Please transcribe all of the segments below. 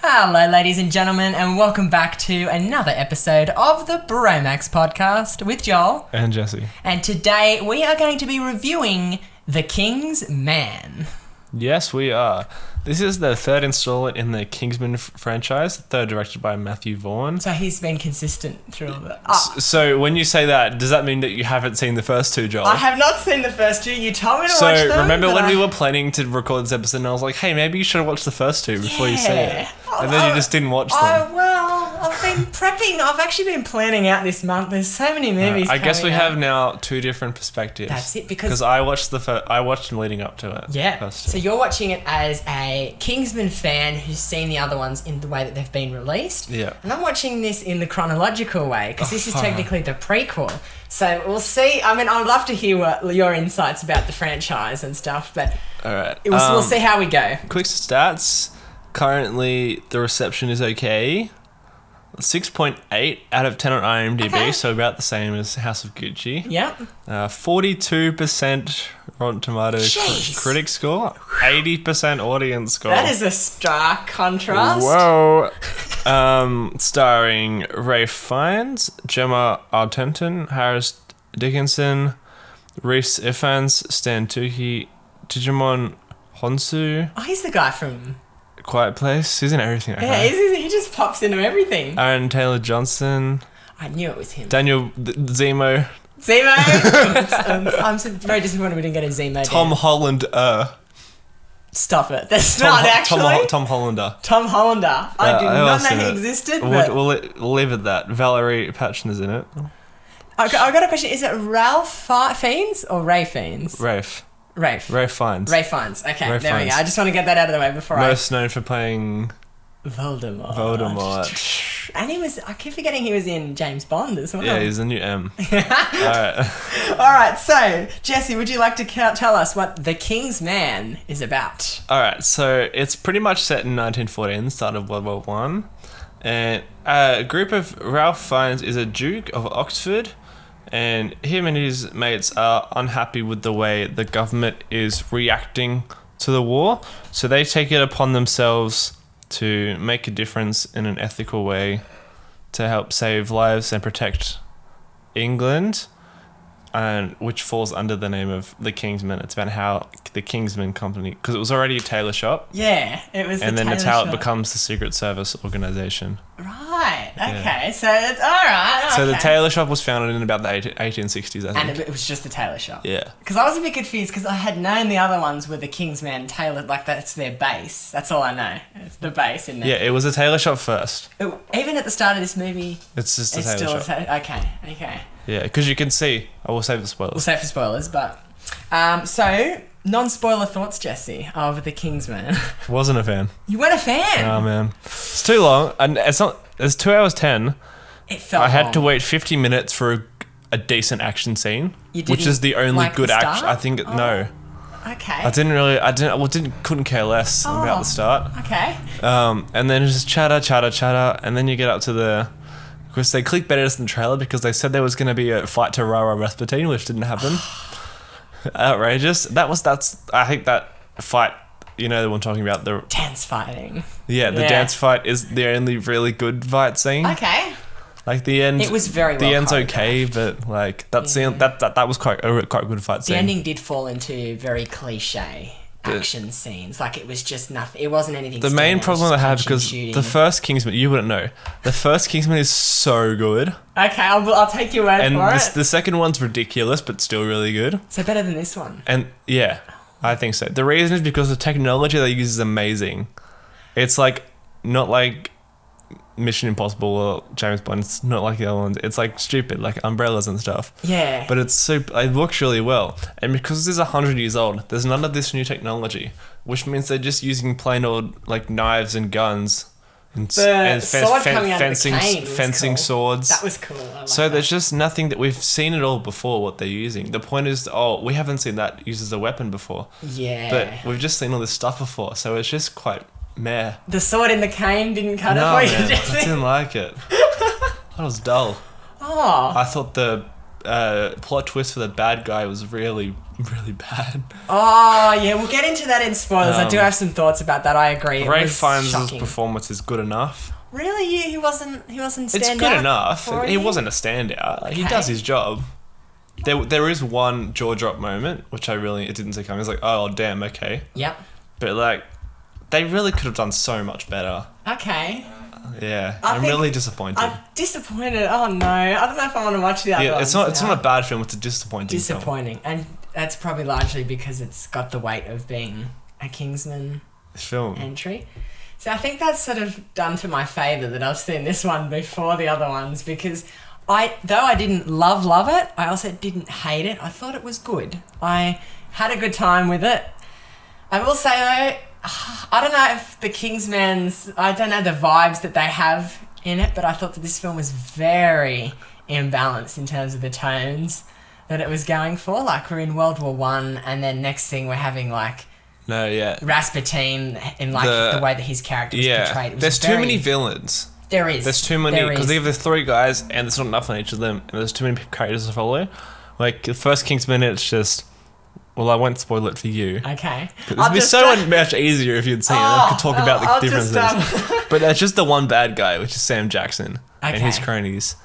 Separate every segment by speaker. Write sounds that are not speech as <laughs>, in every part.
Speaker 1: Hello, ladies and gentlemen, and welcome back to another episode of the Bromax podcast with Joel.
Speaker 2: And Jesse.
Speaker 1: And today we are going to be reviewing The King's Man.
Speaker 2: Yes, we are. This is the third installment in the Kingsman f- franchise, the third directed by Matthew Vaughn.
Speaker 1: So he's been consistent through all the.
Speaker 2: S- So when you say that, does that mean that you haven't seen the first two, Joel?
Speaker 1: I have not seen the first two. You told me to
Speaker 2: so
Speaker 1: watch them.
Speaker 2: remember
Speaker 1: but
Speaker 2: when
Speaker 1: I-
Speaker 2: we were planning to record this episode, and I was like, "Hey, maybe you should watch the first two before you see
Speaker 1: Yeah.
Speaker 2: it," and then
Speaker 1: Oh,
Speaker 2: you just didn't watch them.
Speaker 1: Oh well, I've been prepping. I've actually been planning out this month. There's so many movies.
Speaker 2: Uh, I guess we
Speaker 1: coming out.
Speaker 2: have now two different perspectives.
Speaker 1: That's it, because-
Speaker 2: I watched the fir- I watched them leading up to it.
Speaker 1: Yeah.
Speaker 2: first two.
Speaker 1: So you're watching it as a Kingsman fan who's seen the other ones in the way that they've been released.
Speaker 2: Yeah. Oh.
Speaker 1: And I'm watching this in the chronological way because this is
Speaker 2: far out.
Speaker 1: technically the prequel. So we'll see. I mean, I'd love to hear what your insights about the franchise and stuff, but
Speaker 2: All right.
Speaker 1: it was, we'll
Speaker 2: um,
Speaker 1: see how we go.
Speaker 2: Quick stats. Currently, the reception is okay. 6.8 out of 10 on IMDb,
Speaker 1: Okay.
Speaker 2: so about the same as House of Gucci.
Speaker 1: Yeah.
Speaker 2: Uh, 42% Rotten Tomatoes cri-
Speaker 1: Jeez.
Speaker 2: critic score, 80% audience score.
Speaker 1: That is a stark contrast.
Speaker 2: Whoa. <laughs> um, starring Ray Fiennes, Gemma Artenton, Harris Dickinson, Reese Ifans, Stan Tuki, Digimon Honsu.
Speaker 1: Oh, he's the guy from.
Speaker 2: Quiet Place. He's in everything. I
Speaker 1: Yeah,
Speaker 2: yeah,
Speaker 1: he's, he's- he just pops into everything.
Speaker 2: Aaron Taylor Johnson,
Speaker 1: I knew it was him.
Speaker 2: Daniel D- Zemo, <laughs>
Speaker 1: Zemo. I'm, I'm so very disappointed we didn't get a Zemo.
Speaker 2: Tom
Speaker 1: down.
Speaker 2: Holland. Uh,
Speaker 1: Stop it. That's
Speaker 2: Tom,
Speaker 1: not
Speaker 2: Ho-
Speaker 1: actually.
Speaker 2: Tom, Ho- Tom Hollander.
Speaker 1: Tom Hollander. I
Speaker 2: Uh,
Speaker 1: did
Speaker 2: who
Speaker 1: not
Speaker 2: else
Speaker 1: know
Speaker 2: in
Speaker 1: he
Speaker 2: it?
Speaker 1: existed.
Speaker 2: We'll,
Speaker 1: But
Speaker 2: we'll li- we'll leave it that. Valerie Patchen is in it.
Speaker 1: I, got, I got a question. Is it Ralph Fi- Fiennes or Ray Fiennes?
Speaker 2: Rafe.
Speaker 1: Rafe. Ray,
Speaker 2: Rafe Fiennes.
Speaker 1: Fiennes. Okay,
Speaker 2: Ray
Speaker 1: there we
Speaker 2: Fiennes.
Speaker 1: go. I just want to get that out of the way before
Speaker 2: Most known for playing
Speaker 1: I. Voldemort. Oh,
Speaker 2: Voldemort.
Speaker 1: And he was. I keep forgetting he was in James Bond as well.
Speaker 2: Yeah, he's the
Speaker 1: <laughs>
Speaker 2: new M. Alright.
Speaker 1: All right. So, Jesse, would you like to ca- tell us what The King's Man is about?
Speaker 2: Alright, so it's pretty much set in 1914, start of World War One. And uh, a group of Ralph Fiennes is a Duke of Oxford, and him and his mates are unhappy with the way the government is reacting to the war. So they take it upon themselves to make a difference in an ethical way to help save lives and protect England. And which falls under the name of the Kingsman. It's about how the Kingsman company, because it was already a tailor shop,
Speaker 1: Yeah, it was.
Speaker 2: and
Speaker 1: the
Speaker 2: then it's
Speaker 1: Taylor
Speaker 2: how it
Speaker 1: Shop.
Speaker 2: becomes the Secret Service organization.
Speaker 1: Right. Okay. So it's all right.
Speaker 2: So the
Speaker 1: okay.
Speaker 2: tailor shop was founded in about the 18- 1860s, I
Speaker 1: And it,
Speaker 2: think.
Speaker 1: it was just the tailor shop.
Speaker 2: yeah.
Speaker 1: Because I was a bit confused because I had known the other ones were the Kingsman Taylor, like that's their base. That's all I know. It's the base in
Speaker 2: Yeah,
Speaker 1: there.
Speaker 2: it was a tailor shop first.
Speaker 1: It- even at the start of this movie,
Speaker 2: It's just a
Speaker 1: it's
Speaker 2: tailor
Speaker 1: still
Speaker 2: shop.
Speaker 1: a ta- okay. Okay,
Speaker 2: yeah, because you can see. I will save the
Speaker 1: we'll
Speaker 2: spoilers.
Speaker 1: save for spoilers, but um, so non-spoiler thoughts, Jesse, of the Kingsman.
Speaker 2: Wasn't a fan.
Speaker 1: <laughs> you weren't a fan. <laughs>
Speaker 2: Oh man, it's too long, and it's not. It's two hours ten.
Speaker 1: it felt.
Speaker 2: I had
Speaker 1: wrong.
Speaker 2: to wait fifty minutes for a, a decent action scene,
Speaker 1: You
Speaker 2: which is
Speaker 1: didn't
Speaker 2: the only
Speaker 1: like the
Speaker 2: good action.
Speaker 1: start? Oh.
Speaker 2: I think no,
Speaker 1: Okay.
Speaker 2: I didn't really. I didn't. Well, didn't couldn't care less about
Speaker 1: Oh.
Speaker 2: the start.
Speaker 1: okay.
Speaker 2: Um, and then it's just chatter, chatter, chatter, and then you get up to the. Of course, they clickbaited us in the trailer because they said there was going to be a fight to Rara Rasputin, which didn't
Speaker 1: <sighs>
Speaker 2: happen. Outrageous. That was that's. I think that fight. You know the one talking about the
Speaker 1: Dance fighting.
Speaker 2: yeah the
Speaker 1: Yeah.
Speaker 2: dance fight is the only really good fight scene.
Speaker 1: Okay.
Speaker 2: Like the end.
Speaker 1: It was very
Speaker 2: The
Speaker 1: well
Speaker 2: end's okay, but like that's the that that that was quite a quite a good fight
Speaker 1: The
Speaker 2: scene.
Speaker 1: ending did fall into very cliche action scenes. Like it was just nothing. It wasn't anything.
Speaker 2: The main problem I had because
Speaker 1: because
Speaker 2: the first Kingsman, you wouldn't know. The first Kingsman is so good,
Speaker 1: Okay, I'll, I'll take your word
Speaker 2: and
Speaker 1: for
Speaker 2: this,
Speaker 1: it.
Speaker 2: the second one's ridiculous, but still really good.
Speaker 1: so better than this one.
Speaker 2: And yeah, I think so. The reason is because the technology they use is amazing. It's like not like Mission Impossible or James Bond. It's not like the other ones. It's like stupid, like umbrellas and stuff.
Speaker 1: Yeah.
Speaker 2: But it's super. It works really well, and because this is hundred years old, there's none of this new technology, which means they're just using plain old like knives and guns, and, s-
Speaker 1: The
Speaker 2: and
Speaker 1: sword coming out of the
Speaker 2: fencing
Speaker 1: cane was
Speaker 2: fencing
Speaker 1: cool.
Speaker 2: swords.
Speaker 1: that was cool. I like
Speaker 2: so
Speaker 1: that.
Speaker 2: there's just nothing that we've seen it all before. What they're using. The point is, oh, we haven't seen that uses a weapon before,
Speaker 1: yeah.
Speaker 2: but we've just seen all this stuff before. So it's just quite meh.
Speaker 1: the sword in the cane didn't cut
Speaker 2: No,
Speaker 1: it for you,
Speaker 2: man, I
Speaker 1: Jesse.
Speaker 2: didn't
Speaker 1: <laughs>
Speaker 2: like it. That was dull.
Speaker 1: Oh,
Speaker 2: I thought the uh, plot twist for the bad guy was really really bad.
Speaker 1: Oh yeah, we'll get into that in spoilers. I do
Speaker 2: Um,
Speaker 1: have some thoughts about that. I agree. It
Speaker 2: Ray
Speaker 1: was
Speaker 2: finds
Speaker 1: shocking.
Speaker 2: his performance is good enough.
Speaker 1: Really, he, he wasn't. He wasn't.
Speaker 2: It's
Speaker 1: stand
Speaker 2: good
Speaker 1: out
Speaker 2: enough.
Speaker 1: for
Speaker 2: He
Speaker 1: you?
Speaker 2: wasn't a standout. Like, He does
Speaker 1: Okay.
Speaker 2: his job. There, there is one jaw drop moment which I really it didn't see coming. It's like, oh damn, okay.
Speaker 1: Yep.
Speaker 2: But like, they really could have done so much better.
Speaker 1: Okay.
Speaker 2: Yeah,
Speaker 1: I
Speaker 2: I am
Speaker 1: think-
Speaker 2: really disappointed.
Speaker 1: I'm disappointed. Oh no, I don't know if I want to watch the other
Speaker 2: yeah,
Speaker 1: ones.
Speaker 2: it's not. It's
Speaker 1: now.
Speaker 2: not a bad film. It's a disappointing. Film.
Speaker 1: disappointing, and that's probably largely because it's got the weight of being a Kingsman
Speaker 2: Film.
Speaker 1: entry. So I think that's sort of done to my favour that I've seen this one before the other ones because I though I didn't love love it, I also didn't hate it. I thought it was good. I had a good time with it. I will say though, <sighs> I don't know if the Kingsman's I don't know the vibes that they have in it, but I thought that this film was very imbalanced in terms of the tones that it was going for. Like we're in World War One and then next thing we're having like
Speaker 2: No, yeah,
Speaker 1: Rasputin in like
Speaker 2: The-
Speaker 1: the, way that his character was
Speaker 2: yeah.
Speaker 1: portrayed. It was
Speaker 2: There's too
Speaker 1: very-
Speaker 2: many villains.
Speaker 1: There is.
Speaker 2: There's too many
Speaker 1: There
Speaker 2: because
Speaker 1: is.
Speaker 2: they have the three guys, and there's not enough on each of them, and there's too many characters to follow. Like the first Kingsman, it's just. Well, I won't spoil it for you.
Speaker 1: Okay.
Speaker 2: It'd
Speaker 1: I'll
Speaker 2: be
Speaker 1: just,
Speaker 2: so
Speaker 1: uh,
Speaker 2: much easier if you'd seen it. I could
Speaker 1: Oh,
Speaker 2: talk about the
Speaker 1: I'll just,
Speaker 2: differences. <laughs> but that's just the one bad guy, which is Sam Jackson and his
Speaker 1: Okay.
Speaker 2: cronies.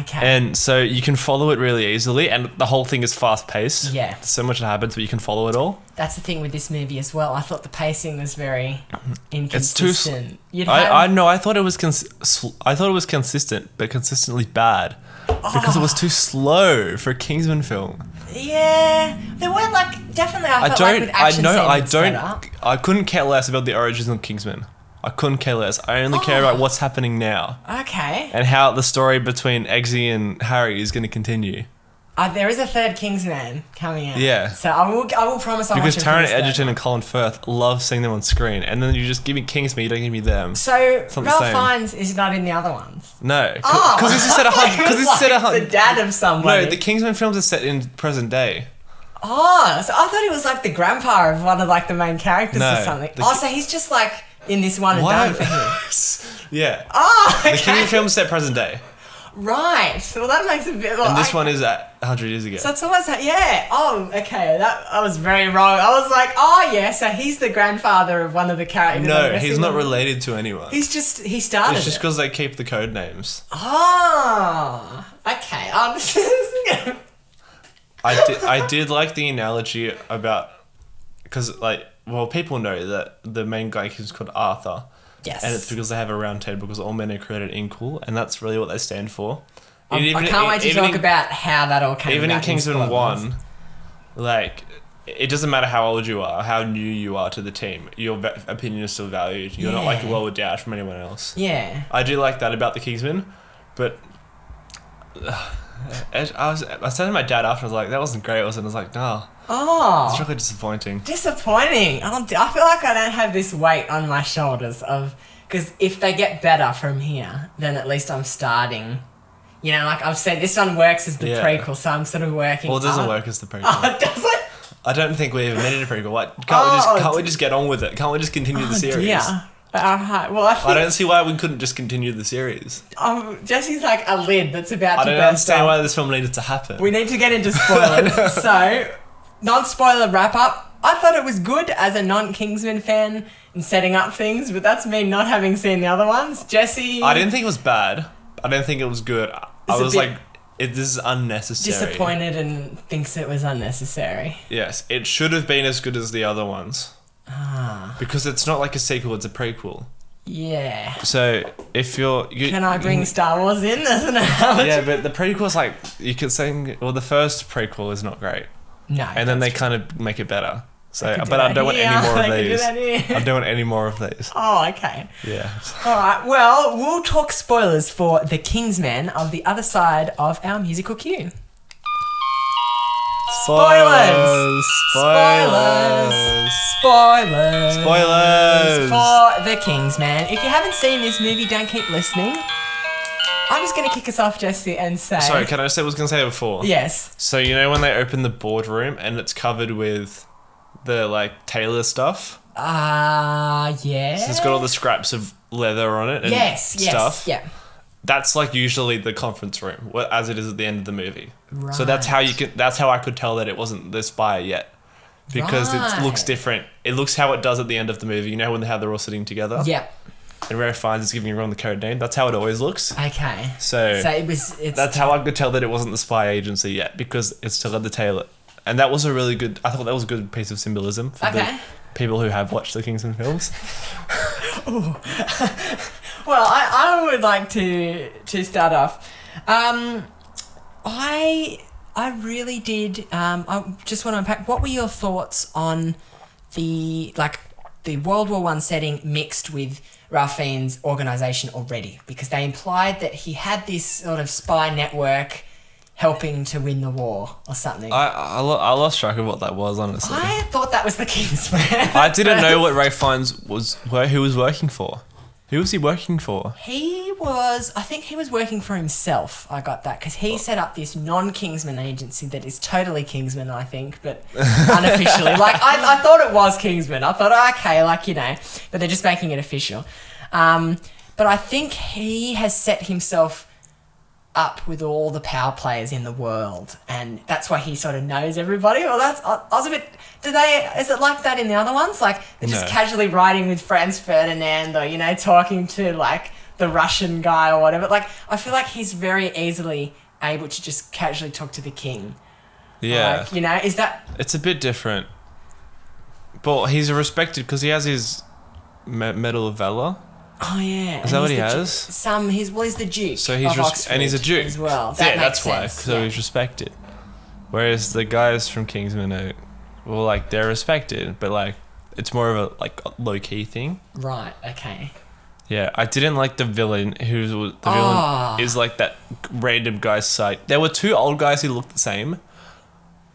Speaker 1: okay.
Speaker 2: And so you can follow it really easily, and the whole thing is fast paced.
Speaker 1: Yeah.
Speaker 2: So much that happens, but you can follow it all.
Speaker 1: That's the thing with this movie as well. I thought the pacing was very
Speaker 2: too s-
Speaker 1: inconsistent. You'd have,
Speaker 2: I, I no, I thought it was cons- sl- I thought it was consistent, but consistently bad because it
Speaker 1: Oh.
Speaker 2: was too slow for a Kingsman film.
Speaker 1: yeah, there were like definitely. I,
Speaker 2: I
Speaker 1: felt
Speaker 2: don't.
Speaker 1: Like with
Speaker 2: I
Speaker 1: action
Speaker 2: know. I
Speaker 1: scenes
Speaker 2: don't.
Speaker 1: better.
Speaker 2: I couldn't care less about the origins of Kingsman. I couldn't care less. I only care
Speaker 1: <gasps>
Speaker 2: about what's happening now
Speaker 1: Okay.
Speaker 2: and how the story between Eggsy and Harry is going to continue.
Speaker 1: Uh, there is a third Kingsman coming out.
Speaker 2: Yeah.
Speaker 1: So I will. I will promise. I'll
Speaker 2: Because
Speaker 1: watch it
Speaker 2: Taron
Speaker 1: first, though.
Speaker 2: Egerton and Colin Firth love seeing them on screen, and then you just give me Kingsman, you don't give me them.
Speaker 1: So
Speaker 2: not the
Speaker 1: Ralph
Speaker 2: same.
Speaker 1: Fiennes is not in the other ones.
Speaker 2: No, because
Speaker 1: Oh.
Speaker 2: this is set a
Speaker 1: <laughs>
Speaker 2: hundred. Because this is set a
Speaker 1: Like The
Speaker 2: hundred.
Speaker 1: dad of somebody.
Speaker 2: No, the Kingsman films are set in present day.
Speaker 1: Oh, so I thought he was like the grandpa of one of like the main characters
Speaker 2: No,
Speaker 1: or something.
Speaker 2: the-
Speaker 1: oh, so he's just like in this one and done for him.
Speaker 2: <laughs> yeah.
Speaker 1: Oh,
Speaker 2: The
Speaker 1: okay.
Speaker 2: Kingsman films set present day,
Speaker 1: right. Well, that makes a bit. Well,
Speaker 2: and this
Speaker 1: I-
Speaker 2: one is at hundred years ago.
Speaker 1: So it's almost like, yeah. Oh, okay. That I was very wrong. I was like, oh yeah. So he's the grandfather of one of the characters. on
Speaker 2: No,
Speaker 1: the
Speaker 2: he's
Speaker 1: wrestling
Speaker 2: not
Speaker 1: one.
Speaker 2: related to anyone.
Speaker 1: He's just he started.
Speaker 2: It's just
Speaker 1: it.
Speaker 2: because they keep the code names.
Speaker 1: Oh, okay. Oh, this is-
Speaker 2: I did, I did like the analogy about because like well people know that the main guy is called Arthur,
Speaker 1: yes.
Speaker 2: and it's because they have a round table because all men are created equal, and that's really what they stand for.
Speaker 1: I,
Speaker 2: And
Speaker 1: Um, I can't wait to
Speaker 2: even
Speaker 1: talk
Speaker 2: in-
Speaker 1: about how that all came.
Speaker 2: even in
Speaker 1: about
Speaker 2: Kingsman
Speaker 1: spoilers.
Speaker 2: One, like it doesn't matter how old you are, how new you are to the team, your va- opinion is still valued. You're not like
Speaker 1: Yeah.
Speaker 2: lower down from anyone else.
Speaker 1: Yeah.
Speaker 2: I do like that about the Kingsman, but I I was I said to my dad after I was like that wasn't great, was it? And I was like, no,
Speaker 1: Oh.
Speaker 2: it's really disappointing.
Speaker 1: disappointing. I, don't, I feel like I don't have this weight on my shoulders of because if they get better from here, then at least I'm starting. You know, like I've said, this one works as the
Speaker 2: Yeah.
Speaker 1: prequel, so I'm sort of working.
Speaker 2: Well, it doesn't
Speaker 1: up.
Speaker 2: work as the prequel.
Speaker 1: <laughs> Oh, it doesn't.
Speaker 2: I don't think we even needed a prequel. What can't we
Speaker 1: Oh,
Speaker 2: just can't
Speaker 1: d-
Speaker 2: we just get on with it? Can't we just continue the
Speaker 1: Oh,
Speaker 2: series?
Speaker 1: dear. Alright, well, I
Speaker 2: I
Speaker 1: think
Speaker 2: don't see why we couldn't just continue the series.
Speaker 1: um, Jesse's like a lid that's about
Speaker 2: I
Speaker 1: to
Speaker 2: don't
Speaker 1: burst
Speaker 2: understand
Speaker 1: off.
Speaker 2: why this film needed to happen.
Speaker 1: We need to get into
Speaker 2: <laughs>
Speaker 1: spoilers. so, non spoiler wrap up. I thought it was good as a non Kingsman fan in setting up things, but that's me not having seen the other ones. Jesse.
Speaker 2: I didn't think it was bad. I didn't think it was good. I- I
Speaker 1: It's a
Speaker 2: was
Speaker 1: bit
Speaker 2: like, it, this is unnecessary.
Speaker 1: disappointed and thinks it was unnecessary.
Speaker 2: Yes, it should have been as good as the other ones
Speaker 1: Ah,
Speaker 2: because it's not like a sequel; it's a prequel.
Speaker 1: yeah.
Speaker 2: So if you're, you,
Speaker 1: Can I bring Star Wars in <laughs> as an analogy?
Speaker 2: Yeah, but the prequel's like you could say, well, the first prequel is not great,
Speaker 1: No.
Speaker 2: and then they
Speaker 1: that's-
Speaker 2: kind of make it better. So,
Speaker 1: could do
Speaker 2: but I
Speaker 1: that
Speaker 2: don't want any
Speaker 1: here, <laughs>
Speaker 2: more
Speaker 1: I could do that
Speaker 2: of these.
Speaker 1: here.
Speaker 2: I don't want any more of these.
Speaker 1: Oh, okay.
Speaker 2: Yeah.
Speaker 1: All right. Well, we'll talk spoilers for The Kingsman of the other side of our musical cue. Spoilers!
Speaker 2: Spoilers!
Speaker 1: Spoilers.
Speaker 2: Spoilers!
Speaker 1: For The Kingsman. If you haven't seen this movie, don't keep listening. I'm just going to kick us off, Jesse, and say.
Speaker 2: Sorry, can I say what I was gonna say before?
Speaker 1: Yes.
Speaker 2: So you know when they open the boardroom and it's covered with the like tailor stuff?
Speaker 1: Ah, uh, yeah.
Speaker 2: So it's got all the scraps of leather on it and
Speaker 1: Yes, yes.
Speaker 2: stuff.
Speaker 1: Yeah.
Speaker 2: that's like usually the conference room, wh- as it is at the end of the movie. So that's how you
Speaker 1: Right.
Speaker 2: can. That's how I could tell that it wasn't this buyer yet, because it looks
Speaker 1: Right.
Speaker 2: different. It looks how it does at the end of the movie. You know when they have they're all sitting together.
Speaker 1: Yeah.
Speaker 2: And Rare finds is giving everyone the code name. That's how it always looks.
Speaker 1: Okay.
Speaker 2: So,
Speaker 1: So it was. It's
Speaker 2: that's how I could tell that it wasn't the spy agency yet, because it's still at the tail. And that was a really good. I thought that was a good piece of symbolism for
Speaker 1: Okay.
Speaker 2: the people who have watched the Kingsman films.
Speaker 1: Well, I, I would like to to start off. Um, I I really did. Um, I just want to unpack. What were your thoughts on the like the World War One setting mixed with Ralph Fiennes' organization already? Because they implied that he had this sort of spy network helping to win the war or something. I,
Speaker 2: I I, lo- I lost track of what that was honestly.
Speaker 1: thought that was the Kingsman. <laughs>
Speaker 2: I didn't know what Ray Fiennes was where he was working for. Who was he working for?
Speaker 1: He was, I think he was working for himself. I got that because he set up this non Kingsman agency that is totally Kingsman, I think, but unofficially. like, I, I thought it was Kingsman. I thought, okay, like, you know, but they're just making it official. Um, but I think he has set himself up with all the power players in the world, and that's why he sort of knows everybody. Well, that's I, I was a bit. Do they? Is it like that in the other ones? Like they're just
Speaker 2: No.
Speaker 1: casually riding with Franz Ferdinand, or you know, talking to like the Russian guy or whatever. Like I feel like he's very easily able to just casually talk to the king.
Speaker 2: Yeah,
Speaker 1: Like, you know, is that
Speaker 2: it's a bit different. But he's respected because he has his me- Medal of Valor.
Speaker 1: Oh yeah.
Speaker 2: Is
Speaker 1: and
Speaker 2: that what
Speaker 1: he's
Speaker 2: he
Speaker 1: the Ju-
Speaker 2: has?
Speaker 1: some he's well he's the Duke.
Speaker 2: So he's
Speaker 1: of
Speaker 2: res- and he's a
Speaker 1: Oxford
Speaker 2: Duke
Speaker 1: as well.
Speaker 2: yeah,
Speaker 1: That makes
Speaker 2: that's why.
Speaker 1: sense,
Speaker 2: So
Speaker 1: yeah.
Speaker 2: he's respected. Whereas the guys from Kingsman are, well, like they're respected, but like it's more of a like low key thing.
Speaker 1: right. Okay.
Speaker 2: Yeah, I didn't like the villain. Who's the villain?
Speaker 1: Ah.
Speaker 2: Is like that random guy's site. There were two old guys who looked the same,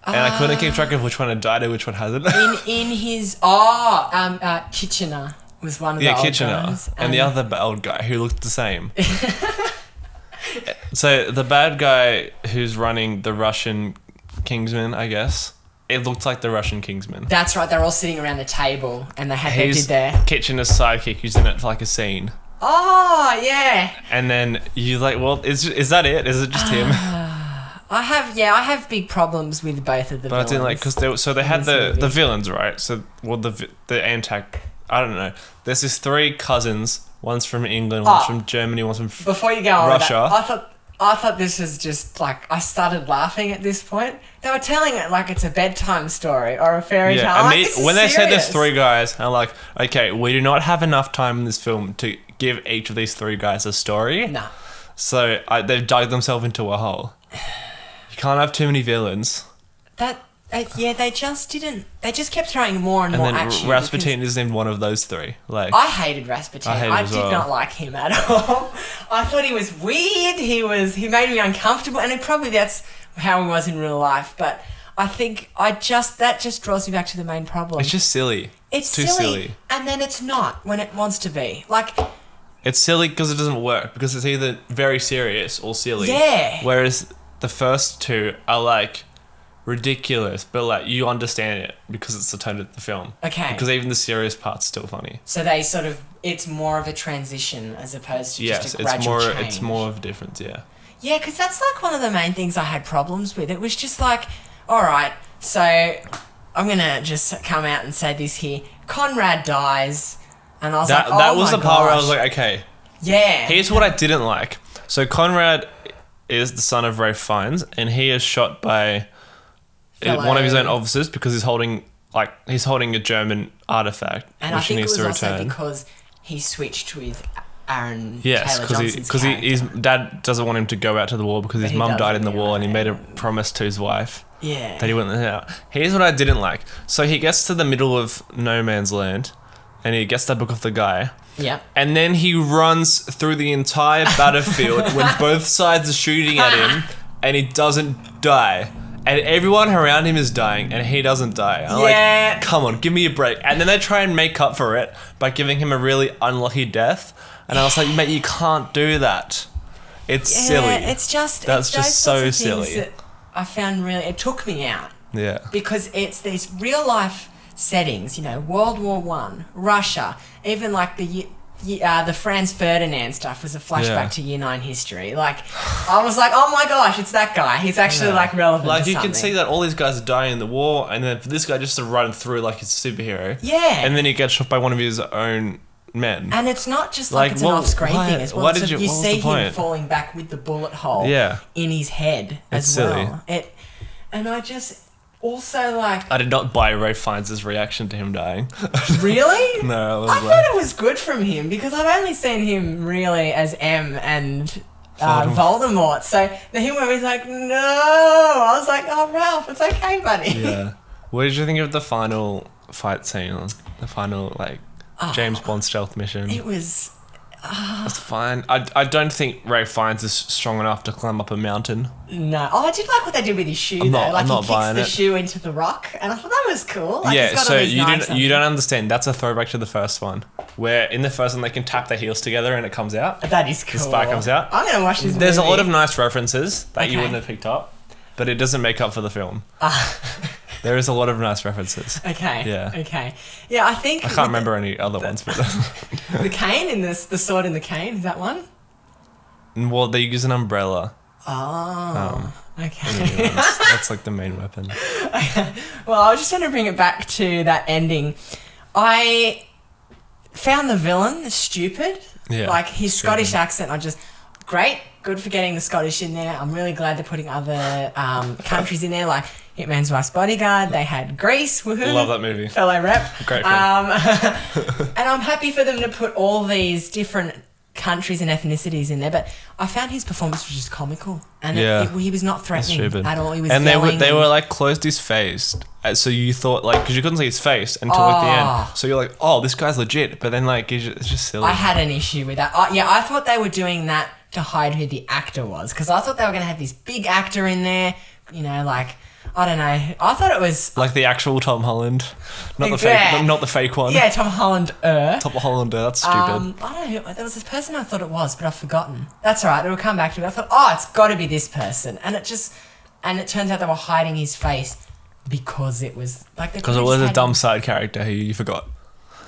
Speaker 2: and I couldn't keep track of which one had died and which one hasn't.
Speaker 1: in in his oh um uh, Kitchener was one of the
Speaker 2: <laughs> yeah,
Speaker 1: old Um,
Speaker 2: Kitchener,
Speaker 1: ones,
Speaker 2: and the other ba- old guy who looked
Speaker 1: <laughs>
Speaker 2: the same. so the bad guy who's running the Russian Kingsman, I guess. It looked like the Russian Kingsman.
Speaker 1: That's right. They're all sitting around the table, and they had they did
Speaker 2: He's
Speaker 1: their
Speaker 2: Kitchener's sidekick who's in it for like a scene.
Speaker 1: oh yeah.
Speaker 2: And then you're like, well, is, is that it? Is
Speaker 1: <gasps>
Speaker 2: it just him?
Speaker 1: I have yeah I have big problems with both of the.
Speaker 2: But I didn't
Speaker 1: villains.
Speaker 2: like because they so they had
Speaker 1: this
Speaker 2: the
Speaker 1: movie.
Speaker 2: the villains right. So well the vi- the antac I don't know. There's this three cousins. One's from England. One's
Speaker 1: Ah.
Speaker 2: from Germany. One's from. Fr-
Speaker 1: before you go on with that,
Speaker 2: Russia.
Speaker 1: I thought I thought this was just like I started laughing at this point. They were telling it like it's a bedtime story or a fairy tale.
Speaker 2: yeah,
Speaker 1: I'm
Speaker 2: and
Speaker 1: like,
Speaker 2: they,
Speaker 1: this is
Speaker 2: when they said there's
Speaker 1: serious.
Speaker 2: three guys, I'm like, okay, we do not have enough time in this film to give each of these three guys a story.
Speaker 1: no.
Speaker 2: So I, they've dug themselves into a hole. You can't have too many villains.
Speaker 1: That uh, yeah, they just didn't. They just kept throwing more and,
Speaker 2: And
Speaker 1: more
Speaker 2: then
Speaker 1: at you
Speaker 2: R- Rasputin is named one of those three. Like,
Speaker 1: I hated Rasputin.
Speaker 2: I
Speaker 1: I,
Speaker 2: hated him as
Speaker 1: did
Speaker 2: well.
Speaker 1: not like him at all. <laughs> I thought he was weird. He was he made me uncomfortable, and it, probably that's how he was in real life. But I think I just that just draws me back to the main problem.
Speaker 2: it's just silly.
Speaker 1: It's
Speaker 2: too
Speaker 1: silly,
Speaker 2: silly.
Speaker 1: and then it's not when it wants to be. Like
Speaker 2: It's silly because it doesn't work because it's either very serious or silly.
Speaker 1: Yeah.
Speaker 2: Whereas the first two are like ridiculous, but like you understand it because it's the tone of the film.
Speaker 1: okay,
Speaker 2: Because even the serious part's still funny.
Speaker 1: so they sort of it's more of a transition as opposed to
Speaker 2: yes,
Speaker 1: just a
Speaker 2: it's
Speaker 1: gradual
Speaker 2: more
Speaker 1: change.
Speaker 2: it's more of a difference. Yeah.
Speaker 1: Yeah, because that's like one of the main things I had problems with. It was just like, all right, so I'm gonna just come out and say this here: Conrad dies, and I was
Speaker 2: That
Speaker 1: like,
Speaker 2: that
Speaker 1: oh
Speaker 2: was
Speaker 1: my
Speaker 2: the part where I
Speaker 1: gosh.
Speaker 2: was like, okay,
Speaker 1: yeah,
Speaker 2: here's what I didn't like. So Conrad is the son of Ray Fiennes, and he is shot by uh,
Speaker 1: Fellow-
Speaker 2: one of his own officers because he's holding like he's holding a German artifact
Speaker 1: and I
Speaker 2: which he
Speaker 1: think it
Speaker 2: needs
Speaker 1: was
Speaker 2: to
Speaker 1: also
Speaker 2: return.
Speaker 1: because he switched with Aaron
Speaker 2: Yes,
Speaker 1: Taylor
Speaker 2: because he,
Speaker 1: Johnson's
Speaker 2: cause he,
Speaker 1: character.
Speaker 2: his dad doesn't want him to go out to the war because his
Speaker 1: he
Speaker 2: mum
Speaker 1: does
Speaker 2: died in the
Speaker 1: anyway.
Speaker 2: war and he made a promise to his wife
Speaker 1: yeah,
Speaker 2: that he wouldn't let her out. Here's what I didn't like. So he gets to the middle of no man's land and he gets the book of the guy
Speaker 1: yeah.
Speaker 2: and then he runs through the entire battlefield
Speaker 1: <laughs>
Speaker 2: when both sides are shooting at him and he doesn't die. And everyone around him is dying and he doesn't die. I'm
Speaker 1: Yeah.
Speaker 2: like, come on, give me a break. And then they try and make up for it by giving him a really unlucky death. And I was like, mate, you can't do that. It's
Speaker 1: Yeah,
Speaker 2: silly.
Speaker 1: it's just
Speaker 2: That's
Speaker 1: it's those
Speaker 2: just
Speaker 1: sorts
Speaker 2: so
Speaker 1: of things
Speaker 2: silly.
Speaker 1: that I found really it took me out.
Speaker 2: yeah.
Speaker 1: because it's these real life settings you know world war one russia even like the U- ye- uh, the Franz Ferdinand stuff was a flashback
Speaker 2: Yeah.
Speaker 1: to Year Nine history. Like, I was like, oh my gosh, it's that guy. He's actually like relevant.
Speaker 2: Like
Speaker 1: to
Speaker 2: you can
Speaker 1: something.
Speaker 2: see that all these guys are dying in the war, and then for this guy just to run through like he's a superhero.
Speaker 1: Yeah.
Speaker 2: And then he gets shot by one of his own men.
Speaker 1: And it's not just like,
Speaker 2: Like,
Speaker 1: it's
Speaker 2: what-
Speaker 1: an off-screen
Speaker 2: why-
Speaker 1: thing as well.
Speaker 2: why
Speaker 1: So
Speaker 2: did you-
Speaker 1: you
Speaker 2: what was
Speaker 1: see
Speaker 2: the
Speaker 1: him
Speaker 2: point?
Speaker 1: falling back with the bullet hole
Speaker 2: Yeah.
Speaker 1: in his head as
Speaker 2: It's silly.
Speaker 1: well. It, and I just also like <laughs>
Speaker 2: I did not buy Ray Fiennes' reaction to him dying. <laughs>
Speaker 1: really.
Speaker 2: no, I was
Speaker 1: I
Speaker 2: like,
Speaker 1: thought it was good from him because I've only seen him really as M and uh,
Speaker 2: Voldemort.
Speaker 1: Voldemort. So the him where he's like, no, I was like, oh Ralph, it's okay, buddy.
Speaker 2: yeah. What did you think of the final fight scene? The final like James Bond stealth mission.
Speaker 1: Ah. It was
Speaker 2: That's fine. I, I don't think Ray Fiennes is strong enough to climb up a mountain.
Speaker 1: no. Oh, I did like what they did with his shoe
Speaker 2: I'm
Speaker 1: though.
Speaker 2: not- I'm
Speaker 1: like
Speaker 2: not
Speaker 1: he kicks
Speaker 2: buying
Speaker 1: the
Speaker 2: it.
Speaker 1: shoe into the rock, and I thought that was cool. Like, he's
Speaker 2: yeah,
Speaker 1: got all
Speaker 2: so
Speaker 1: these
Speaker 2: you
Speaker 1: knives
Speaker 2: don't you
Speaker 1: on.
Speaker 2: don't understand. That's a throwback to the first one, where in the first one they can tap their heels together and it comes out.
Speaker 1: That is cool.
Speaker 2: spark comes out.
Speaker 1: I'm gonna watch this.
Speaker 2: There's a
Speaker 1: movie.
Speaker 2: lot of nice references that
Speaker 1: Okay.
Speaker 2: you wouldn't have picked up, but it doesn't make up for the film. <laughs> there is a lot of nice references.
Speaker 1: Ah, Okay.
Speaker 2: Yeah.
Speaker 1: Okay. Yeah, I think
Speaker 2: I can't remember any other ones, but <laughs>
Speaker 1: the cane in this, the sword in the cane, is that one?
Speaker 2: well, they use an umbrella.
Speaker 1: Oh. okay. <laughs>
Speaker 2: Anyways, That's like the main weapon.
Speaker 1: Well, I just want to bring it back to that ending. I found the villain stupid.
Speaker 2: Yeah,
Speaker 1: Like his
Speaker 2: same.
Speaker 1: Scottish accent, I just great. Good for getting the Scottish in there. I'm really glad they're putting other um, countries in there, like Hitman's Wife's Bodyguard. They had Greece. Woohoo!
Speaker 2: Love that movie.
Speaker 1: Fellow rep.
Speaker 2: Great film. <laughs>
Speaker 1: Um, and I'm happy for them to put all these different countries and ethnicities in there. But I found his performance was just comical, and it-
Speaker 2: Yeah.
Speaker 1: it- he was not threatening
Speaker 2: Stupid.
Speaker 1: at all. He was
Speaker 2: and they were
Speaker 1: yelling
Speaker 2: they
Speaker 1: and-
Speaker 2: were like closed his face, uh, so you thought like because you couldn't see his face until at the
Speaker 1: Ah.
Speaker 2: end. So you're like, oh, this guy's legit. But then like it's ju- it's just silly.
Speaker 1: I had an issue with that. I, yeah, I thought they were doing that to hide who the actor was because I thought they were going to have this big actor in there, you know, like, I don't know. I thought it was,
Speaker 2: like the actual Tom Holland, not the
Speaker 1: Yeah.
Speaker 2: fake, not the fake one.
Speaker 1: yeah, Tom Holland er.
Speaker 2: Tom Hollander. That's stupid.
Speaker 1: Um, I don't know. who- There was this person I thought it was, but I've forgotten. That's all right. It'll come back to me. I thought, oh, it's got to be this person. And it just, and it turns out they were hiding his face because it was like they
Speaker 2: because it
Speaker 1: could've
Speaker 2: was
Speaker 1: just
Speaker 2: a
Speaker 1: had-
Speaker 2: dumb side character who you forgot.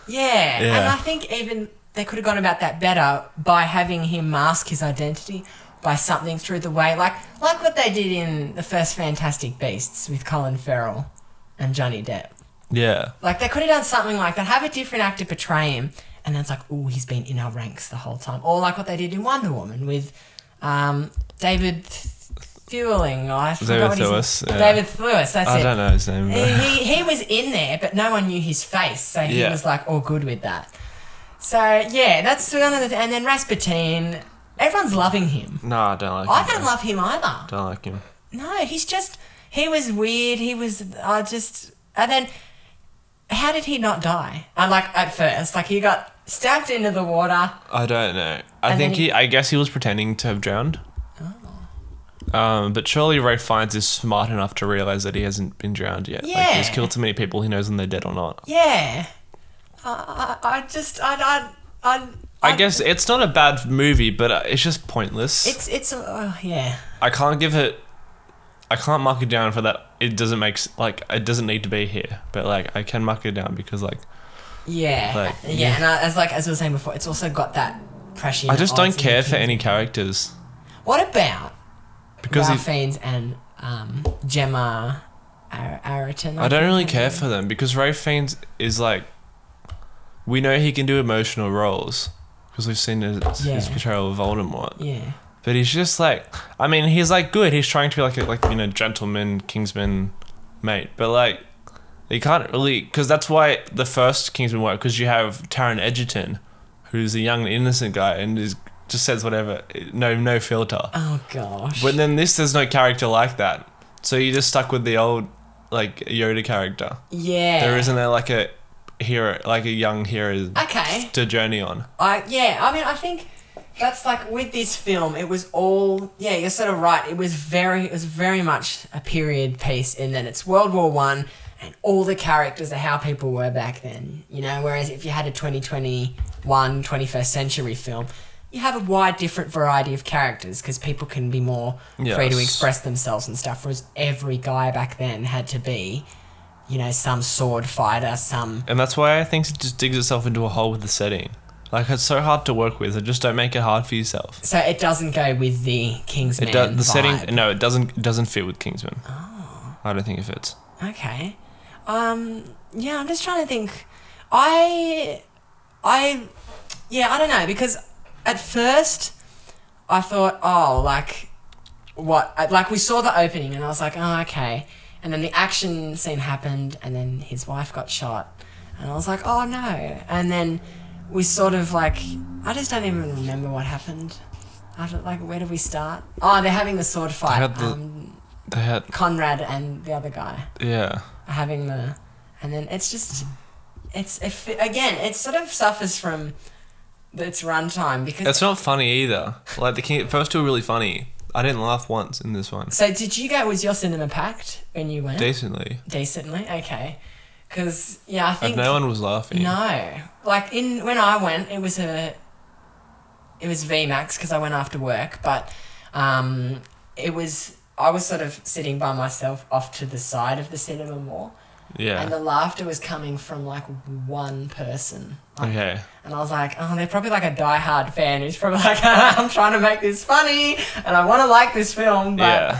Speaker 1: Yeah. And
Speaker 2: Yeah.
Speaker 1: I think even they could have gone about that better by having him mask his identity by something through the way, like like what they did in the first Fantastic Beasts with Colin Farrell and Johnny Depp.
Speaker 2: Yeah,
Speaker 1: Like they could have done something like that, have a different actor portray him, and then it's like, oh, he's been in our ranks the whole time, or like what they did in Wonder Woman with um, David Thewling. I forgot
Speaker 2: David
Speaker 1: what his-
Speaker 2: Thewlis, yeah.
Speaker 1: David Lewis. That's
Speaker 2: I
Speaker 1: it Eh.
Speaker 2: don't know his name. <laughs> But
Speaker 1: he, he was in there, but no one knew his face, so he
Speaker 2: Yeah.
Speaker 1: was like all good with that. So yeah, that's one of the. And then Rasputin, everyone's loving him.
Speaker 2: no, I don't like.
Speaker 1: I
Speaker 2: him,
Speaker 1: don't
Speaker 2: though.
Speaker 1: love him either.
Speaker 2: Don't like him.
Speaker 1: No, he's just he was weird. He was I just and then how did he not die? And like at first, like he got stabbed into the water.
Speaker 2: I don't know. I
Speaker 1: And
Speaker 2: think
Speaker 1: then
Speaker 2: he, I guess he was pretending to have drowned.
Speaker 1: Oh.
Speaker 2: Um, but surely Ray Fiennes is smart enough to realize that he hasn't been drowned yet. Like he's
Speaker 1: Yeah.
Speaker 2: killed too many people. He knows when they're dead or not.
Speaker 1: Yeah, I I, I just I I I.
Speaker 2: I guess it's not a bad movie, but uh, it's just pointless.
Speaker 1: it's it's uh, yeah.
Speaker 2: I can't give it. I can't mark it down for that. It doesn't make s- like it doesn't need to be here, but like I can mark it down because like
Speaker 1: Yeah,
Speaker 2: Like,
Speaker 1: yeah, and I, as like as we were saying before, it's also got that pressure.
Speaker 2: I just
Speaker 1: odds
Speaker 2: don't
Speaker 1: and
Speaker 2: care for
Speaker 1: things.
Speaker 2: any characters
Speaker 1: What about
Speaker 2: because
Speaker 1: Ralph
Speaker 2: it-
Speaker 1: Fiennes and um, Gemma Ar- Arterton?
Speaker 2: I don't really care for them because Ray Fiennes is like, we know he can do emotional roles because we've seen his, his
Speaker 1: Yeah.
Speaker 2: portrayal of Voldemort.
Speaker 1: Yeah,
Speaker 2: But he's just like, I mean, he's like good. He's trying to be like a, like you know gentleman, Kingsman, mate. But like, he can't really because that's why the first Kingsman worked because you have Taron Egerton, who's a young innocent guy and is just says whatever, no no filter.
Speaker 1: oh gosh.
Speaker 2: But then this, there's no character like that. So you're just stuck with the old like Yoda character.
Speaker 1: yeah,
Speaker 2: There isn't a, like a hero, like a young hero
Speaker 1: Okay,
Speaker 2: to journey on.
Speaker 1: I yeah, I mean, I think that's like with this film, it was all yeah. You're sort of right. It was very, it was very much a period piece, and then it's World War One, and all the characters are how people were back then. You know, whereas if you had a 2021, 21st century film. You have a wide different variety of characters because people can be more free to
Speaker 2: Yes.
Speaker 1: express themselves and stuff. Whereas every guy back then had to be, you know, some sword fighter, some
Speaker 2: And that's why I think it just digs itself into a hole with the setting. Like it's so hard to work with. So just don't make it hard for yourself.
Speaker 1: So it doesn't go with the Kingsman
Speaker 2: It does the
Speaker 1: vibe. Oh.
Speaker 2: setting. No, it doesn't. It doesn't fit with Kingsman. I don't think it fits.
Speaker 1: Okay. Um. Yeah, I'm just trying to think. I, I, yeah, I don't know because at first I thought, oh, like what? I- Like we saw the opening and I was like, oh, okay. And then the action scene happened and then his wife got shot and I was like, oh no. And then we sort of like I just don't even remember what happened. I don't, like where do we start? Oh, they're having the sword fight.
Speaker 2: had the-
Speaker 1: um,
Speaker 2: They had
Speaker 1: Conrad and the other guy
Speaker 2: yeah.
Speaker 1: having the and then it's just it's if again it sort of suffers from its runtime because
Speaker 2: It's not funny either. Like the King, first two were really funny. I didn't laugh once in this one.
Speaker 1: so did you go was your cinema packed when you went
Speaker 2: Decently,
Speaker 1: decently okay because yeah I
Speaker 2: and
Speaker 1: think
Speaker 2: no one was laughing.
Speaker 1: no like in when I went it was a it was VMAX because I went after work but um it was I was sort of sitting by myself off to the side of the cinema more and
Speaker 2: Yeah.
Speaker 1: the laughter was coming from like one person like,
Speaker 2: Okay.
Speaker 1: And I was like, oh, they're probably like a diehard fan who's probably <laughs> like, I'm trying to make this funny and I want to like this film, but
Speaker 2: Yeah.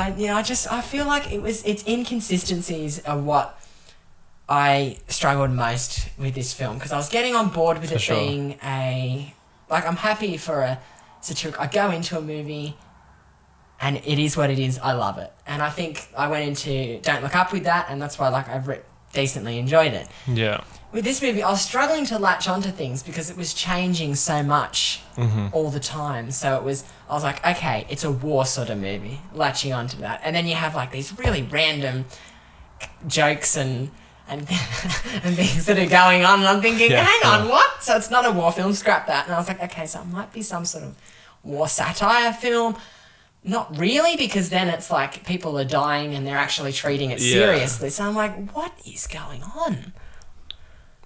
Speaker 1: I, you know, I just I feel like it was its inconsistencies are what I struggled most with this film because I was getting on board with
Speaker 2: For
Speaker 1: it
Speaker 2: sure.
Speaker 1: being a like I'm happy for a satiric. I go into a movie, and it is what it is. I love it, and I think I went into Don't Look Up with that, and that's why like I've re- decently enjoyed it
Speaker 2: Yeah.
Speaker 1: with this movie, I was struggling to latch onto things because it was changing so much
Speaker 2: Mm-hmm.
Speaker 1: all the time. So it was, I was like, okay, it's a war sort of movie, latching onto that. And then you have like these really random jokes and and, <laughs> and things that are going on. And I'm thinking,
Speaker 2: Yeah,
Speaker 1: hang
Speaker 2: yeah.
Speaker 1: on, what? So it's not a war film, scrap that. And I was like, okay, so it might be some sort of war satire film. Not really, because then it's like people are dying and they're actually treating it
Speaker 2: Yeah.
Speaker 1: seriously. So I'm like, what is going on?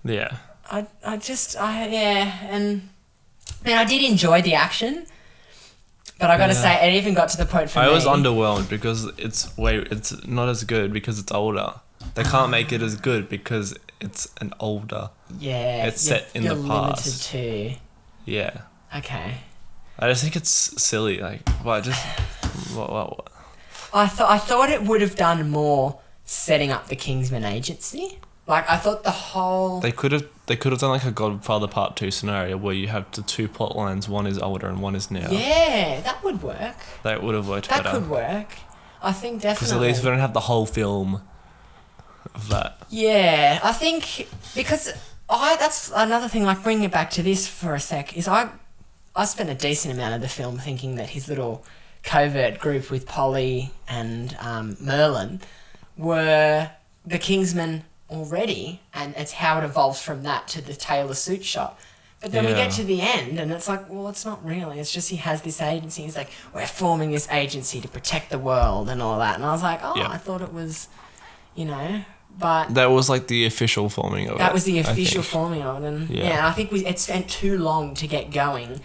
Speaker 2: Yeah.
Speaker 1: I, I just I yeah and man I did enjoy the action but I gotta
Speaker 2: Yeah.
Speaker 1: say it even got to the point for
Speaker 2: I
Speaker 1: me
Speaker 2: was underwhelmed because it's way it's not as good because it's older. They can't make it as good because it's an older.
Speaker 1: yeah
Speaker 2: it's
Speaker 1: you're-
Speaker 2: set in
Speaker 1: you're
Speaker 2: the
Speaker 1: limited
Speaker 2: past.
Speaker 1: to
Speaker 2: Yeah.
Speaker 1: okay
Speaker 2: I just think it's silly. Like, why just what, what, what?
Speaker 1: I thought I thought it would have done more setting up the Kingsman agency like I thought the whole
Speaker 2: they could have they could have done like a Godfather Part Two scenario where you have the two plot lines. One is older and one is now.
Speaker 1: yeah that would work
Speaker 2: That would have worked
Speaker 1: that
Speaker 2: better.
Speaker 1: could work I think
Speaker 2: Because
Speaker 1: definitely
Speaker 2: at least we don't have the whole film of that.
Speaker 1: Yeah, I think because I that's another thing. Like bringing it back to this for a sec is I I spent a decent amount of the film thinking that his little covert group with Polly and um, Merlin were the Kingsmen already, and it's how it evolves from that to the tailor suit shop. But then we
Speaker 2: Yeah.
Speaker 1: get to the end, and it's like, well, it's not really. It's just he has this agency. He's like, we're forming this agency to protect the world and all that. And I was like, oh,
Speaker 2: Yeah.
Speaker 1: I thought it was, you know, but
Speaker 2: That was like the official forming of it.
Speaker 1: that was the
Speaker 2: I
Speaker 1: official
Speaker 2: think.
Speaker 1: formula, and yeah.
Speaker 2: Yeah.
Speaker 1: I think we it spent too long to get going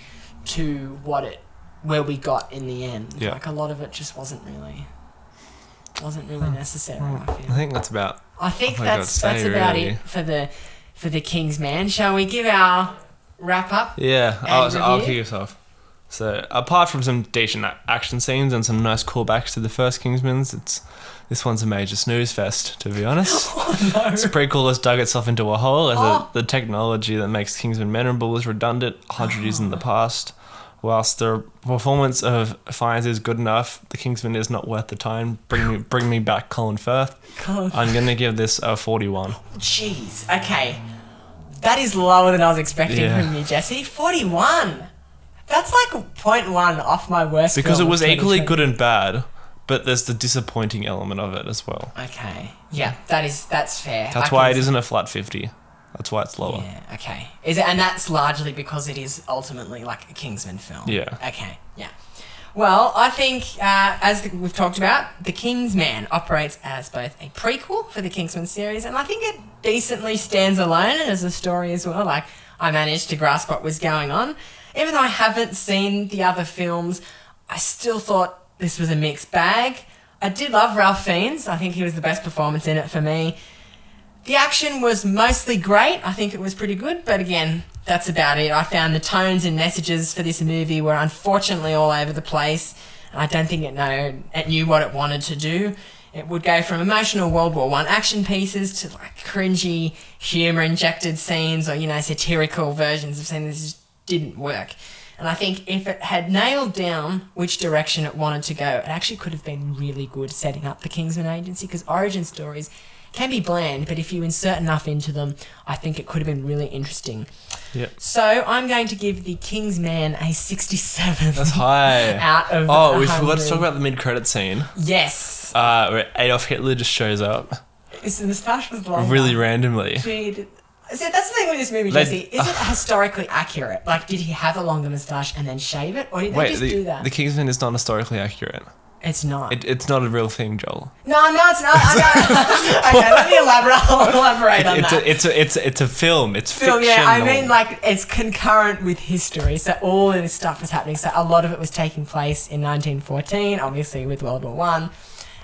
Speaker 1: to what it where we got in the end.
Speaker 2: Yeah.
Speaker 1: Like a lot of it just wasn't really wasn't really necessary. I
Speaker 2: I
Speaker 1: feel.
Speaker 2: think that's about.
Speaker 1: I think
Speaker 2: I've got
Speaker 1: that's
Speaker 2: to say,
Speaker 1: that's about
Speaker 2: really.
Speaker 1: it for the for the King's Man. Shall we give our wrap up? <laughs>
Speaker 2: Yeah, I'll,
Speaker 1: And
Speaker 2: I'll
Speaker 1: review?
Speaker 2: kick yourself. So apart from some decent a- action scenes and some nice callbacks to the first Kingsman's, it's this one's a major snooze fest. To be
Speaker 1: <laughs>
Speaker 2: honest, this prequel has dug itself into a hole as
Speaker 1: Oh.
Speaker 2: the technology that makes Kingsman memorable is redundant, a hundred years
Speaker 1: Oh.
Speaker 2: in the past. Whilst the performance of Fiennes is good enough, the Kingsman is not worth the time. Bring me, bring me back, Colin Firth.
Speaker 1: Colin-
Speaker 2: I'm gonna give this
Speaker 1: <laughs>
Speaker 2: a 41.
Speaker 1: Jeez. Okay. That is lower than I was expecting
Speaker 2: Yeah.
Speaker 1: from you, Jesse. Forty one. That's like 0.1 off my worst.
Speaker 2: Because it
Speaker 1: film of
Speaker 2: was equally
Speaker 1: 2020.
Speaker 2: good and bad, but there's the disappointing element of it as well.
Speaker 1: Okay. Yeah, that is that's fair.
Speaker 2: That's
Speaker 1: I
Speaker 2: why
Speaker 1: can-
Speaker 2: it isn't a flat 50. That's why it's lower.
Speaker 1: Yeah. Okay. Is it, and that's largely because it is ultimately like a Kingsman film.
Speaker 2: Yeah.
Speaker 1: Okay. Yeah. Well, I think uh, as the, we've talked about, the Kingsman operates as both a prequel for the Kingsman series, and I think it decently stands alone as a story as well. Like I managed to grasp what was going on, even though I haven't seen the other films. I still thought this was a mixed bag. I did love Ralph Fiennes. I think he was the best performance in it for me. The action was mostly great. I think it was pretty good, but again, that's about it. I found the tones and messages for this movie were unfortunately all over the place. I don't think it know it knew what it wanted to do. It would go from emotional World War One action pieces to like cringy humor injected scenes or you know satirical versions of scenes. This just didn't work. And I think if it had nailed down which direction it wanted to go, it actually could have been really good setting up the Kingsman Agency because origin stories can be bland, but if you insert enough into them, I think it could have been really interesting.
Speaker 2: Yep.
Speaker 1: So I'm going to give the Kingsman a 67
Speaker 2: That's high.
Speaker 1: <laughs> out of.
Speaker 2: Oh, we forgot to
Speaker 1: 100.
Speaker 2: talk about the mid-credit scene
Speaker 1: Yes,
Speaker 2: uh, where Adolf Hitler just shows up
Speaker 1: his moustache was long.
Speaker 2: really randomly.
Speaker 1: See, that's the thing with this movie,
Speaker 2: They-
Speaker 1: Jesse. Is it historically accurate? Like, did he have a longer moustache and then shave it, or did they
Speaker 2: Wait,
Speaker 1: just
Speaker 2: the,
Speaker 1: do that?
Speaker 2: the Kingsman is not historically accurate.
Speaker 1: it's not.
Speaker 2: It, it's not a real thing, Joel.
Speaker 1: no, no, it's not.
Speaker 2: <laughs>
Speaker 1: I know. okay, let me elaborate. I'll elaborate on
Speaker 2: it's,
Speaker 1: that.
Speaker 2: a, it's, a, it's, a, it's a film. It's
Speaker 1: Film,
Speaker 2: fictional.
Speaker 1: yeah, I mean, like it's concurrent with history, so all of this stuff was happening. So a lot of it was taking place in 1914, obviously with World War One,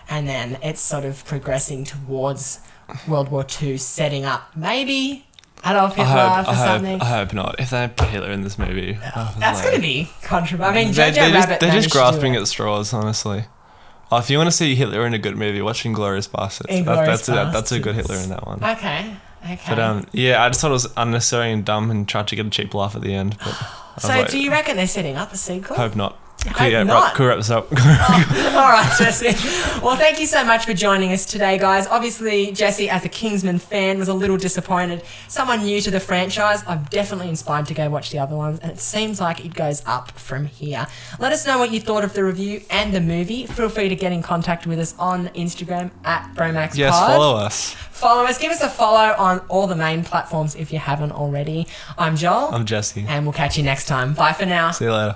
Speaker 1: and then it's sort of progressing towards World War Two, setting up maybe Adolf
Speaker 2: I
Speaker 1: Hitler
Speaker 2: hope,
Speaker 1: for
Speaker 2: I
Speaker 1: something.
Speaker 2: hope, I hope not. If they put Hitler in this movie, oh,
Speaker 1: That's
Speaker 2: like-
Speaker 1: going to be controversial. I mean, Jojo
Speaker 2: They- they're
Speaker 1: Rabbit.
Speaker 2: just, they're
Speaker 1: managed
Speaker 2: just
Speaker 1: to do
Speaker 2: grasping
Speaker 1: it.
Speaker 2: at straws, honestly. Oh, if you want to see Hitler in a good movie, watch Inglorious Bastards.
Speaker 1: Inglourious
Speaker 2: that's, a, that's a good
Speaker 1: Basterds.
Speaker 2: Hitler in that one.
Speaker 1: Okay. Okay.
Speaker 2: But um, yeah, I just thought it was unnecessary and dumb and tried to get a cheap laugh at the end.
Speaker 1: <gasps>
Speaker 2: But I was
Speaker 1: so,
Speaker 2: like,
Speaker 1: do you reckon they're setting up a sequel?
Speaker 2: hope not.
Speaker 1: Hope
Speaker 2: Cool, yeah, wrap-
Speaker 1: not.
Speaker 2: cool, wrap this
Speaker 1: <laughs>
Speaker 2: up. <laughs>
Speaker 1: All right, Jesse. Well, thank you so much for joining us today, guys. Obviously, Jesse, as a Kingsman fan, was a little disappointed. Someone new to the franchise, I'm definitely inspired to go watch the other ones, and it seems like it goes up from here. Let us know what you thought of the review and the movie. Feel free to get in contact with us on Instagram at BromaxPod.
Speaker 2: yes, follow us.
Speaker 1: Follow us. Give us a follow on all the main platforms if you haven't already. I'm Joel,
Speaker 2: I'm Jesse.
Speaker 1: and we'll catch you next time. Bye for now.
Speaker 2: See you later.